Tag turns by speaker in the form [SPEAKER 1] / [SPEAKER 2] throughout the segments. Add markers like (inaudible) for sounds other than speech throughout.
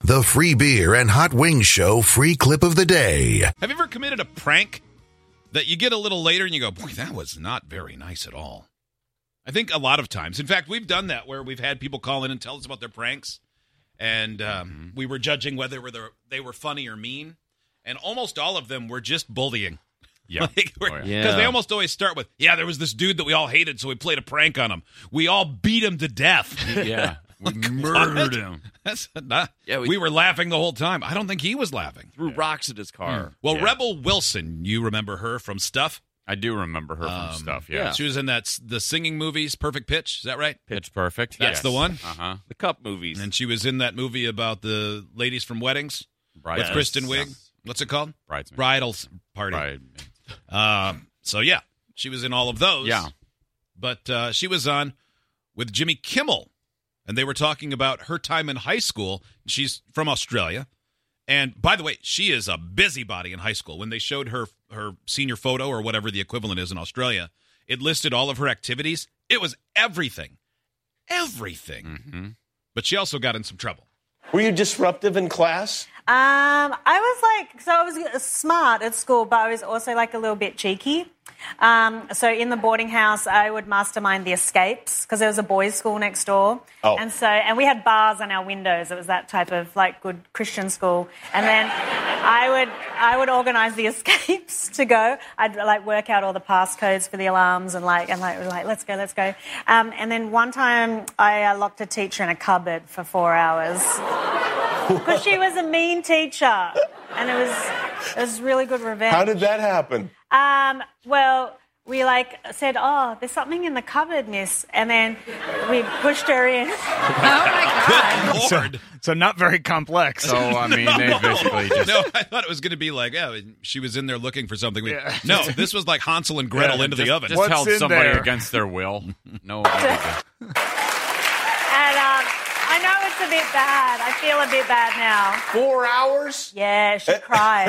[SPEAKER 1] The free beer and hot wings show free clip of the day.
[SPEAKER 2] Have you ever committed a prank that you get a little later and you go, boy, that was not very nice at all? I think a lot of times. In fact, we've done that where we've had people call in and tell us about their pranks, and um, we were judging whether were the- they were funny or mean, and almost all of them were just bullying. (laughs)
[SPEAKER 3] (laughs) Yeah.
[SPEAKER 2] because
[SPEAKER 3] Oh,
[SPEAKER 4] yeah.
[SPEAKER 2] they almost always start with, "Yeah, there was this dude that we all hated, so we played a prank on him. We all beat him to death."
[SPEAKER 3] (laughs)
[SPEAKER 2] (laughs)
[SPEAKER 3] Yeah. We
[SPEAKER 2] What?
[SPEAKER 3] murdered him.
[SPEAKER 2] That's not,
[SPEAKER 4] Yeah,
[SPEAKER 2] we,
[SPEAKER 4] we-
[SPEAKER 2] were laughing the whole time. I don't think he was laughing.
[SPEAKER 4] threw rocks at his car.
[SPEAKER 2] Well,
[SPEAKER 3] Yeah.
[SPEAKER 2] Rebel Wilson, you remember her from Stuff.
[SPEAKER 3] I do remember her from
[SPEAKER 2] Um,
[SPEAKER 3] stuff. Yeah.
[SPEAKER 2] She was in that s- the singing movies, Perfect Pitch. Is that right?
[SPEAKER 3] Pitch Perfect.
[SPEAKER 2] That's the one?
[SPEAKER 3] Uh huh.
[SPEAKER 4] The Cup movies.
[SPEAKER 2] And she was in that movie about the ladies from weddings
[SPEAKER 3] Bride.
[SPEAKER 2] with Kristen Wiig. What's it called?
[SPEAKER 3] Bridesmaid.
[SPEAKER 2] Bridal s- party. Um, so yeah, she was in all of those.
[SPEAKER 3] Yeah.
[SPEAKER 2] but uh, she was on with Jimmy Kimmel, and they were talking about her time in high school. She's from Australia, and by the way, she is a busybody in high school. When they showed her her senior photo or whatever the equivalent is in Australia, it listed all of her activities. It was everything, everything.
[SPEAKER 3] Mm-hmm.
[SPEAKER 2] But she also got in some trouble.
[SPEAKER 5] Were you disruptive in class?
[SPEAKER 6] Um, I was like, so I was smart at school, but I was also like a little bit cheeky. Um, so in the boarding house, I would mastermind the escapes because there was a boys' school next door,
[SPEAKER 5] Oh.
[SPEAKER 6] and so and we had bars on our windows. It was that type of like good Christian school, and then I would I would organise the (laughs) escapes to go. I'd like work out all the passcodes for the alarms and like and like, like let's go, let's go. Um, and then one time, I uh, locked a teacher in a cupboard for four hours because she was a mean teacher, and it was it was really good revenge.
[SPEAKER 5] How did that happen?
[SPEAKER 6] Um, well, we like said, "Oh, there's something in the cupboard, Miss," and then we pushed her in.
[SPEAKER 2] Good lord.
[SPEAKER 7] So not very complex.
[SPEAKER 3] So,
[SPEAKER 7] (laughs)
[SPEAKER 3] I mean, they basically just.
[SPEAKER 2] (laughs) No, I thought it was going to be like, oh, she was in there looking for something. (laughs) No, this was like Hansel and Gretel
[SPEAKER 7] Yeah,
[SPEAKER 2] into
[SPEAKER 3] just-
[SPEAKER 2] the oven.
[SPEAKER 3] Just
[SPEAKER 7] What's
[SPEAKER 3] held
[SPEAKER 7] in
[SPEAKER 3] somebody
[SPEAKER 7] there?
[SPEAKER 3] against their will.
[SPEAKER 2] (laughs)
[SPEAKER 3] No.
[SPEAKER 6] And um, I know it's a bit bad. I feel a bit bad now.
[SPEAKER 5] Four hours?
[SPEAKER 6] Yeah,
[SPEAKER 5] Eh.
[SPEAKER 6] she
[SPEAKER 5] (laughs)
[SPEAKER 6] cried.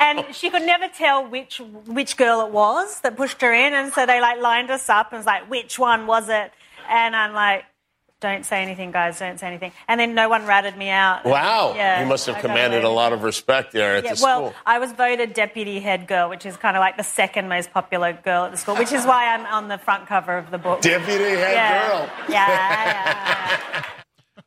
[SPEAKER 6] And she could never tell which which girl it was that pushed her in, and so they like lined us up and was like, "Which one was it?" And I'm like, "Don't say anything, guys. Don't say anything." And then no one ratted me out.
[SPEAKER 5] Wow.
[SPEAKER 6] Yeah,
[SPEAKER 5] you must have
[SPEAKER 6] I got
[SPEAKER 5] commanded a
[SPEAKER 6] away.
[SPEAKER 5] lot of respect there at
[SPEAKER 6] Yeah,
[SPEAKER 5] the
[SPEAKER 6] well,
[SPEAKER 5] school.
[SPEAKER 6] I was voted deputy head girl, which is kind of like the second most popular girl at the school, which is why I'm on the front cover of the book.
[SPEAKER 5] Deputy head
[SPEAKER 6] yeah.
[SPEAKER 5] girl.
[SPEAKER 6] Yeah,
[SPEAKER 5] (laughs)
[SPEAKER 6] yeah,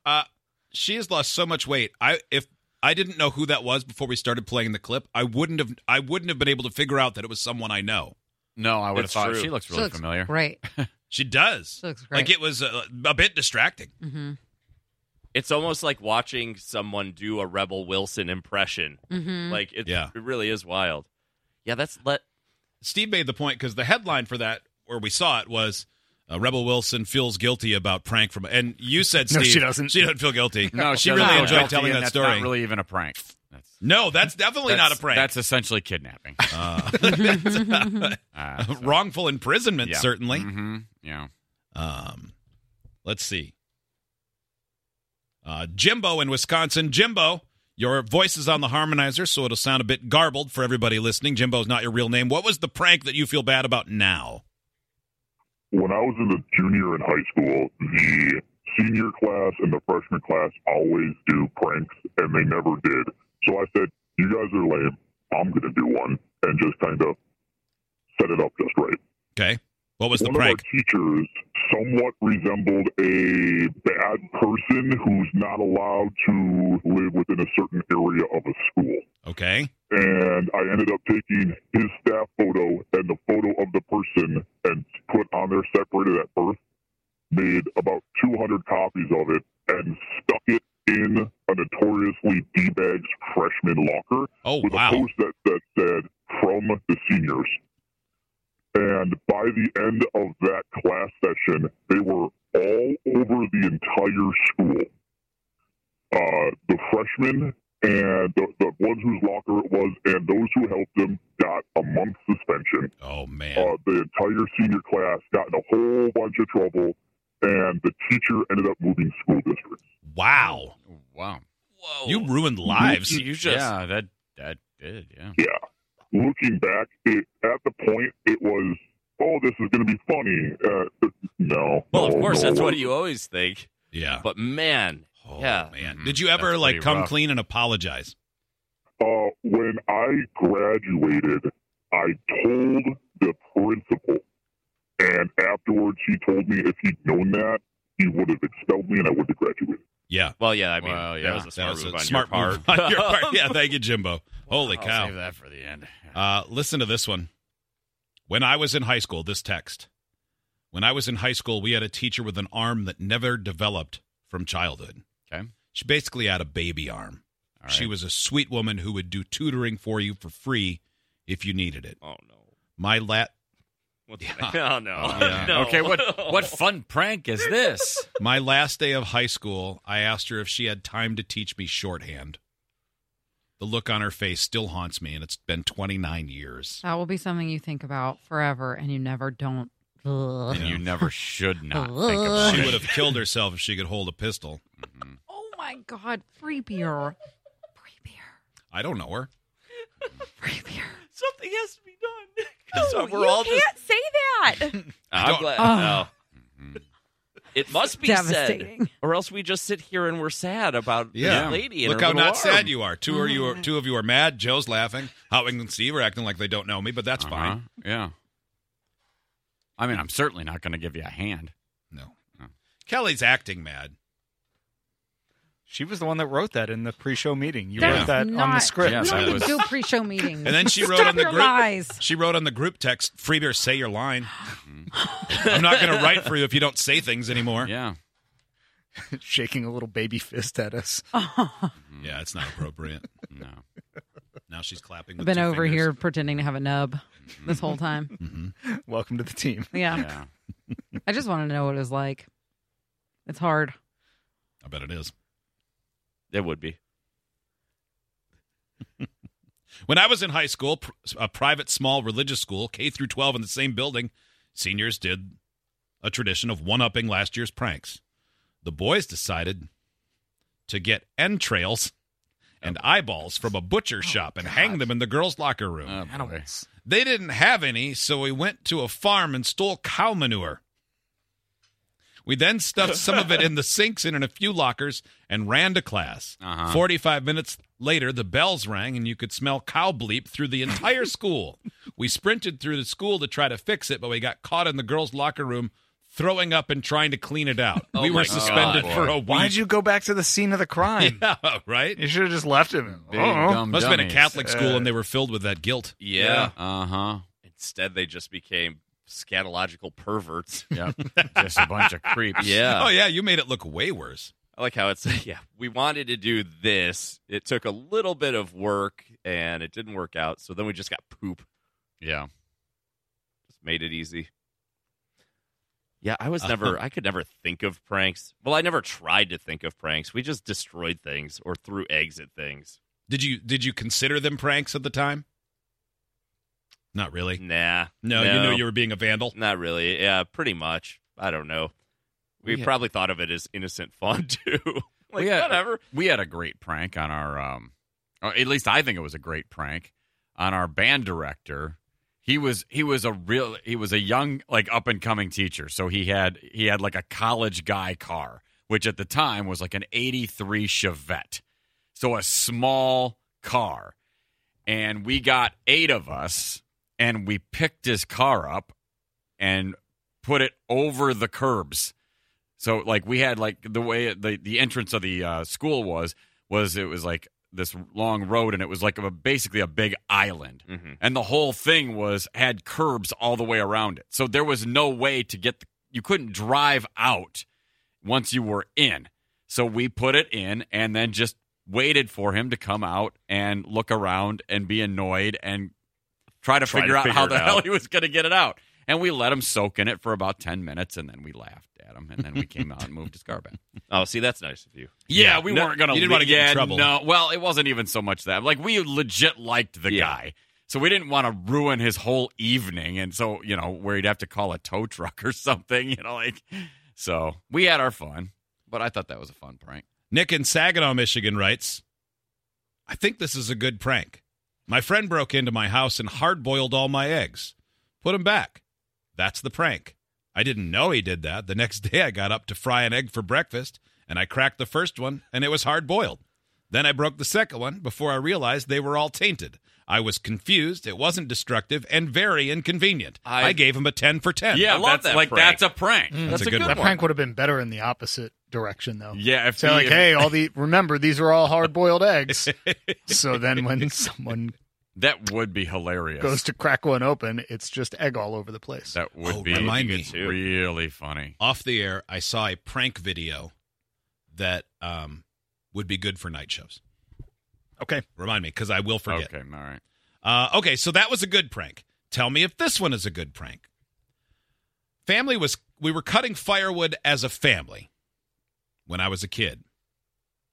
[SPEAKER 6] yeah.
[SPEAKER 2] she has lost so much weight. I if I didn't know who that was before we started playing the clip, I wouldn't have I wouldn't have been able to figure out that it was someone I know.
[SPEAKER 3] No, I would have
[SPEAKER 5] It's
[SPEAKER 3] thought
[SPEAKER 5] true.
[SPEAKER 3] she looks
[SPEAKER 8] She
[SPEAKER 3] really
[SPEAKER 8] looks
[SPEAKER 3] familiar.
[SPEAKER 8] Great.
[SPEAKER 2] She does.
[SPEAKER 8] She looks great.
[SPEAKER 2] like it was a, a bit distracting.
[SPEAKER 4] It's almost like watching someone do a Rebel Wilson impression.
[SPEAKER 8] Mm-hmm.
[SPEAKER 4] Like it,
[SPEAKER 2] Yeah.
[SPEAKER 4] it really is wild. Yeah, that's let
[SPEAKER 2] Steve made the point because the headline for that where we saw it was uh, Rebel Wilson feels guilty about prank from and you said Steve
[SPEAKER 7] No, she doesn't.
[SPEAKER 2] she doesn't feel guilty.
[SPEAKER 3] No,
[SPEAKER 2] she
[SPEAKER 3] doesn't
[SPEAKER 2] really
[SPEAKER 3] feel
[SPEAKER 2] enjoyed
[SPEAKER 3] guilty,
[SPEAKER 2] telling
[SPEAKER 3] and
[SPEAKER 2] that
[SPEAKER 3] that's
[SPEAKER 2] story.
[SPEAKER 3] Not really even a prank. That's,
[SPEAKER 2] no, that's definitely
[SPEAKER 3] that's-
[SPEAKER 2] not a prank.
[SPEAKER 3] That's
[SPEAKER 2] (laughs)
[SPEAKER 3] essentially kidnapping. Uh, so-
[SPEAKER 2] wrongful imprisonment
[SPEAKER 3] Yeah.
[SPEAKER 2] certainly.
[SPEAKER 4] Mm-hmm.
[SPEAKER 3] Mhm. Yeah.
[SPEAKER 2] Um, let's see. Uh, Jimbo in Wisconsin. Jimbo, your voice is on the harmonizer, so it'll sound a bit garbled for everybody listening. Jimbo's not your real name. What was the prank that you feel bad about now?
[SPEAKER 9] when I was in the junior in high school, the senior class and the freshman class always do pranks, and they never did. So I said, "You guys are lame. I'm going to do one," and just kind of set it up just right.
[SPEAKER 2] Okay. What was the
[SPEAKER 9] One
[SPEAKER 2] prank?
[SPEAKER 9] of our teachers somewhat resembled a bad person who's not allowed to live within a certain area of a school
[SPEAKER 2] Okay.
[SPEAKER 9] and I ended up taking his staff photo and the photo of the person and put on there separated at birth, made about 200 copies of it, and stuck it in a notoriously D-bag's freshman locker
[SPEAKER 2] Oh,
[SPEAKER 9] with a
[SPEAKER 2] wow.
[SPEAKER 9] post that, that said, from the seniors. And by the end of that class session, they were all over the entire school. Uh, the freshmen and the, the ones whose locker it was and those who helped them got a month suspension
[SPEAKER 2] Oh, man.
[SPEAKER 9] uh, the entire senior class got in a whole bunch of trouble and the teacher ended up moving school districts
[SPEAKER 2] Wow.
[SPEAKER 3] Wow.
[SPEAKER 4] whoa.
[SPEAKER 2] You ruined
[SPEAKER 4] Mm-hmm.
[SPEAKER 2] lives.
[SPEAKER 4] you just
[SPEAKER 3] yeah, that that did. Yeah.
[SPEAKER 9] yeah looking back it, at the point it was oh this is going to be funny uh, no
[SPEAKER 4] Well, of
[SPEAKER 9] no, Oh,
[SPEAKER 4] course,
[SPEAKER 9] no,
[SPEAKER 4] that's
[SPEAKER 2] (laughs)
[SPEAKER 9] it
[SPEAKER 4] what you always think.
[SPEAKER 2] Yeah.
[SPEAKER 4] But man,
[SPEAKER 2] Oh,
[SPEAKER 4] Yeah. Mm-hmm.
[SPEAKER 2] man.
[SPEAKER 3] Mhm.
[SPEAKER 2] Did you ever
[SPEAKER 3] That's
[SPEAKER 2] like
[SPEAKER 3] pretty
[SPEAKER 2] come
[SPEAKER 3] rough.
[SPEAKER 2] clean and apologize?
[SPEAKER 9] Uh, when I graduated, I told the principal, and afterwards he told me if he'd known that, he would have expelled me and I would have graduated.
[SPEAKER 2] Yeah.
[SPEAKER 4] Well, yeah, I mean,
[SPEAKER 3] Well, yeah.
[SPEAKER 4] that was a smart move on
[SPEAKER 2] smart
[SPEAKER 4] your
[SPEAKER 2] move (laughs)
[SPEAKER 4] part.
[SPEAKER 2] on your
[SPEAKER 4] (laughs)
[SPEAKER 2] part. Yeah, thank you, Jimbo. Holy
[SPEAKER 3] I'll
[SPEAKER 2] cow.
[SPEAKER 3] Save that for the end.
[SPEAKER 2] Uh, listen to this one. When I was in high school, this text. When I was in high school, we had a teacher with an arm that never developed from childhood.
[SPEAKER 3] Okay.
[SPEAKER 2] She basically had a baby arm.
[SPEAKER 3] All right.
[SPEAKER 2] She was a sweet woman who would do tutoring for you for free if you needed it.
[SPEAKER 4] Oh no.
[SPEAKER 2] My lat
[SPEAKER 4] What the
[SPEAKER 2] Yeah.
[SPEAKER 4] heck? Oh no.
[SPEAKER 2] yeah.
[SPEAKER 4] (laughs) no.
[SPEAKER 3] Okay, what what fun prank is this?
[SPEAKER 2] my last day of high school, I asked her if she had time to teach me shorthand. The look on her face still haunts me, and it's been 29 years.
[SPEAKER 8] That will be something you think about forever, and you never don't. Ugh.
[SPEAKER 3] And you never should not think about
[SPEAKER 8] She
[SPEAKER 2] She
[SPEAKER 3] it.
[SPEAKER 2] would have killed herself if she could hold a pistol.
[SPEAKER 8] Oh my God, free beer, free beer,
[SPEAKER 2] I don't know her.
[SPEAKER 8] free beer.
[SPEAKER 4] Something has to be done. (laughs)
[SPEAKER 8] No,
[SPEAKER 4] So we're
[SPEAKER 8] you
[SPEAKER 4] all just.
[SPEAKER 8] can't say that.
[SPEAKER 4] I'm glad. mm-hmm.
[SPEAKER 8] Oh.
[SPEAKER 3] Mhm.
[SPEAKER 4] It must be said,
[SPEAKER 8] Devastating.
[SPEAKER 4] or else we just sit here and we're sad about
[SPEAKER 2] Yeah.
[SPEAKER 4] this lady. And
[SPEAKER 2] Look
[SPEAKER 4] her
[SPEAKER 2] how not
[SPEAKER 4] little arm.
[SPEAKER 2] sad you are. Two are you are, two of you are mad. Joe's laughing. Howing and Steve are acting like they don't know me, but that's
[SPEAKER 3] Uh-huh.
[SPEAKER 2] fine.
[SPEAKER 3] Yeah. I mean, I'm certainly not going to give you a hand.
[SPEAKER 2] No.
[SPEAKER 3] No.
[SPEAKER 2] Kelly's acting mad.
[SPEAKER 7] She was the one that wrote that in the pre-show meeting. You
[SPEAKER 8] That
[SPEAKER 7] wrote
[SPEAKER 8] is
[SPEAKER 7] that on the
[SPEAKER 8] not-
[SPEAKER 7] script.
[SPEAKER 3] Yeah,
[SPEAKER 8] we don't
[SPEAKER 3] that
[SPEAKER 8] even
[SPEAKER 3] was-
[SPEAKER 8] do pre-show meetings.
[SPEAKER 2] And then she wrote
[SPEAKER 8] Stop
[SPEAKER 2] on the
[SPEAKER 8] your
[SPEAKER 2] group.
[SPEAKER 8] lies.
[SPEAKER 2] She wrote on the group text, "Free beer, say your line." I'm not going to write for you if you don't say things anymore. Yeah,
[SPEAKER 3] Yeah.
[SPEAKER 7] (laughs) Shaking a little baby fist at us.
[SPEAKER 8] Oh.
[SPEAKER 2] it's not appropriate.
[SPEAKER 3] No.
[SPEAKER 2] Now she's clapping.
[SPEAKER 8] I've
[SPEAKER 2] With
[SPEAKER 8] been
[SPEAKER 2] two
[SPEAKER 8] over
[SPEAKER 2] fingers.
[SPEAKER 8] here pretending to have a nub this whole time.
[SPEAKER 7] Welcome to the team.
[SPEAKER 8] Yeah.
[SPEAKER 3] Yeah.
[SPEAKER 8] I just want to know what it was like. It's hard.
[SPEAKER 2] I bet it is.
[SPEAKER 4] It would be.
[SPEAKER 2] When I was in high school, pr- a private small religious school, K through 12 in the same building, seniors did a tradition of one-upping last year's pranks. The boys decided to get entrails and eyeballs from a butcher shop and hang them in the girls' locker room.
[SPEAKER 3] Oh, boy.
[SPEAKER 2] They didn't have any, so we went to a farm and stole cow manure. We then stuffed some of it in
[SPEAKER 4] (laughs)
[SPEAKER 2] the sinks and in a few lockers and ran to class.
[SPEAKER 3] Uh-huh.
[SPEAKER 2] 45 minutes later, the bells rang and you could smell cow bleep through the entire
[SPEAKER 4] (laughs)
[SPEAKER 2] school. We sprinted through the school to try to fix it, but we got caught in the girls' locker room throwing up and trying to clean it out.
[SPEAKER 4] Oh
[SPEAKER 2] we
[SPEAKER 4] my
[SPEAKER 2] were
[SPEAKER 4] God.
[SPEAKER 2] suspended for a week.
[SPEAKER 7] Why'd you go back to the scene of the crime?
[SPEAKER 2] (laughs) Yeah,
[SPEAKER 7] (laughs)
[SPEAKER 2] right?
[SPEAKER 7] You should have just left him. Oh.
[SPEAKER 3] Big
[SPEAKER 10] Uh-huh.
[SPEAKER 7] Uh-oh.
[SPEAKER 3] dumb
[SPEAKER 2] Must have been a
[SPEAKER 3] dummies.
[SPEAKER 2] Catholic school
[SPEAKER 4] Uh,
[SPEAKER 2] and they were filled with that guilt.
[SPEAKER 4] Yeah.
[SPEAKER 3] Uh huh.
[SPEAKER 4] Instead, they just became
[SPEAKER 2] (laughs)
[SPEAKER 4] scatological perverts.
[SPEAKER 3] Yep. Just a bunch of creeps.
[SPEAKER 4] (laughs) Yeah.
[SPEAKER 2] Oh, yeah, you made it look way worse.
[SPEAKER 4] I like how it's (laughs) yeah. We wanted to do this. It took a little bit of work, and it didn't work out. So then we just got poop.
[SPEAKER 3] Yeah.
[SPEAKER 4] Just made it easy. Yeah, I
[SPEAKER 2] Uh-huh.
[SPEAKER 4] was never. I could never think of pranks. Well, I never tried to think of pranks. We just destroyed things or threw eggs at things.
[SPEAKER 2] Did you did you consider them pranks at the time? Not really.
[SPEAKER 4] Nah.
[SPEAKER 2] No, you knew you were being a vandal.
[SPEAKER 4] Not really. Yeah, pretty much. I don't know. We
[SPEAKER 3] Yeah.
[SPEAKER 4] probably thought of it as innocent fun (laughs) too. like
[SPEAKER 3] we had,
[SPEAKER 4] whatever.
[SPEAKER 3] We had a great prank on our, um, or at least I think it was a great prank on our band director. He was he was a real he was a young like up and coming teacher. So he had he had like a college guy car, which at the time was like an '83 Chevette, so a small car. And we got eight of us, and we picked his car up and put it over the curbs. So like we had like the way the the entrance of the uh, school was was it was like this long road and it was like a, basically a big island
[SPEAKER 4] Mhm.
[SPEAKER 3] and the whole thing was had curbs all the way around it. So there was no way to get the, you couldn't drive out once you were in. So we put it in and then just waited for him to come out and look around and be annoyed and try to
[SPEAKER 4] Try to
[SPEAKER 3] figure out
[SPEAKER 4] figure
[SPEAKER 3] how
[SPEAKER 4] it
[SPEAKER 3] the
[SPEAKER 4] out.
[SPEAKER 3] hell he was going to get it out. And we let him soak in it for about 10 minutes and then we laughed at him and then we came out and moved his car back.
[SPEAKER 4] Oh, see, that's nice of you.
[SPEAKER 3] Yeah, we
[SPEAKER 2] No,
[SPEAKER 3] weren't going
[SPEAKER 2] you didn't wanna get in trouble.
[SPEAKER 3] No, well, it wasn't even so much that. Like we legit liked the
[SPEAKER 4] Yeah.
[SPEAKER 3] guy, so we didn't want to ruin his whole evening. And so you know where he'd have to call a tow truck (laughs) or something. You know, like so we had our fun, but I thought that was a fun prank.
[SPEAKER 2] Nick in Saginaw, Michigan writes, I think this is a good prank. My friend broke into my house and hard boiled all my eggs. Put 'em back. (laughs) That's the prank. I didn't know he did that. The next day I got up to fry an egg for breakfast, and I cracked the first one, and it was hard boiled. Then I broke the second one before I realized they were all tainted. I was confused. It wasn't destructive and very inconvenient. I,
[SPEAKER 4] I-
[SPEAKER 2] gave him a 10 for 10.
[SPEAKER 3] Yeah,
[SPEAKER 4] I
[SPEAKER 3] that's
[SPEAKER 4] love that
[SPEAKER 3] like
[SPEAKER 4] prank.
[SPEAKER 3] that's a prank.
[SPEAKER 2] Mm. That's a good
[SPEAKER 10] That
[SPEAKER 2] one.
[SPEAKER 10] prank would have been better in the opposite direction, though.
[SPEAKER 3] Yeah, if
[SPEAKER 10] So
[SPEAKER 3] he-
[SPEAKER 10] like,
[SPEAKER 3] if-
[SPEAKER 10] hey, all the remember these are all
[SPEAKER 3] (laughs)
[SPEAKER 10] hard-boiled eggs. so then, when someone
[SPEAKER 3] that would be hilarious.
[SPEAKER 10] goes to crack one open, it's just egg all over the place.
[SPEAKER 3] that would
[SPEAKER 2] Oh,
[SPEAKER 3] be
[SPEAKER 2] remind me.
[SPEAKER 3] really funny.
[SPEAKER 2] Off the air, I saw a prank video that um, would be good for night shows.
[SPEAKER 10] Okay.
[SPEAKER 2] Remind me, because I will forget.
[SPEAKER 3] Okay, all right.
[SPEAKER 2] Uh, okay, so that was a good prank. Tell me if this one is a good prank. Family was we were cutting firewood as a family when I was a kid.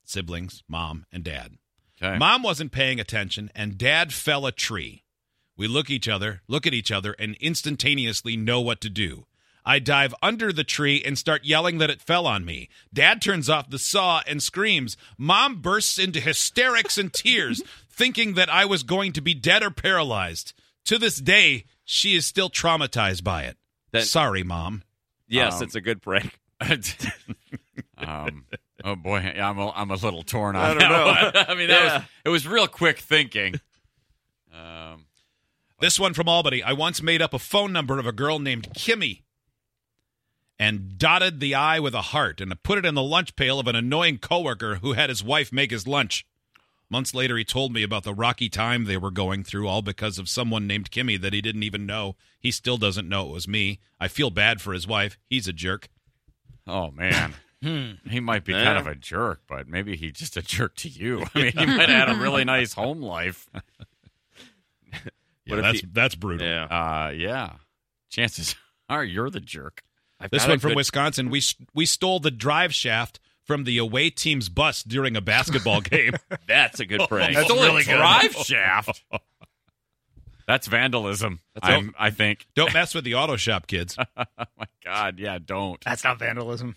[SPEAKER 2] Siblings, mom, and dad.
[SPEAKER 3] Okay.
[SPEAKER 2] Mom wasn't paying attention, and dad fell a tree. We look each other, look at each other, and instantaneously know what to do. I dive under the tree and start yelling that it fell on me. Dad turns off the saw and screams. Mom bursts into hysterics and tears, thinking that I was going to be dead or paralyzed. To this day, she is still traumatized by it.
[SPEAKER 4] That-
[SPEAKER 2] Sorry, Mom.
[SPEAKER 4] Yes,
[SPEAKER 3] Um,
[SPEAKER 4] it's a good (laughs) prank.
[SPEAKER 3] um, oh boy, I'm a, I'm a little torn on
[SPEAKER 4] I don't
[SPEAKER 3] that
[SPEAKER 4] know.
[SPEAKER 3] one. (laughs) I mean, that
[SPEAKER 4] Yeah.
[SPEAKER 3] was it was real quick thinking. Um,
[SPEAKER 2] This one from Albany. I once made up a phone number of a girl named Kimmy and dotted the I with a heart and put it in the lunch pail of an annoying coworker who had his wife make his lunch. Months later, he told me about the rocky time they were going through, all because of someone named Kimmy that he didn't even know. He still doesn't know it was me. I feel bad for his wife. He's a jerk.
[SPEAKER 3] oh man. He might be
[SPEAKER 4] Hmm. Yeah.
[SPEAKER 3] kind of a jerk, but maybe he's just a jerk to you. (laughs) I mean, he might have had a
[SPEAKER 4] (laughs)
[SPEAKER 3] really nice home life.
[SPEAKER 2] Yeah,
[SPEAKER 4] What if
[SPEAKER 2] that's
[SPEAKER 4] he-
[SPEAKER 2] that's brutal.
[SPEAKER 4] Yeah.
[SPEAKER 3] Uh, yeah. Chances (laughs) are you're the jerk.
[SPEAKER 4] I've
[SPEAKER 2] This
[SPEAKER 4] got a
[SPEAKER 2] one from
[SPEAKER 4] good-
[SPEAKER 2] Wisconsin. We we stole the drive shaft from the away team's bus during a basketball (laughs) game.
[SPEAKER 4] (laughs) Oh, That's a good prank.
[SPEAKER 2] That's
[SPEAKER 3] Stole a
[SPEAKER 2] really good.
[SPEAKER 3] drive shaft. That's vandalism.
[SPEAKER 4] That's
[SPEAKER 3] I'm, I think. (laughs)
[SPEAKER 2] Don't mess with the auto shop, kids.
[SPEAKER 3] oh my God. Yeah. Don't.
[SPEAKER 10] That's not vandalism,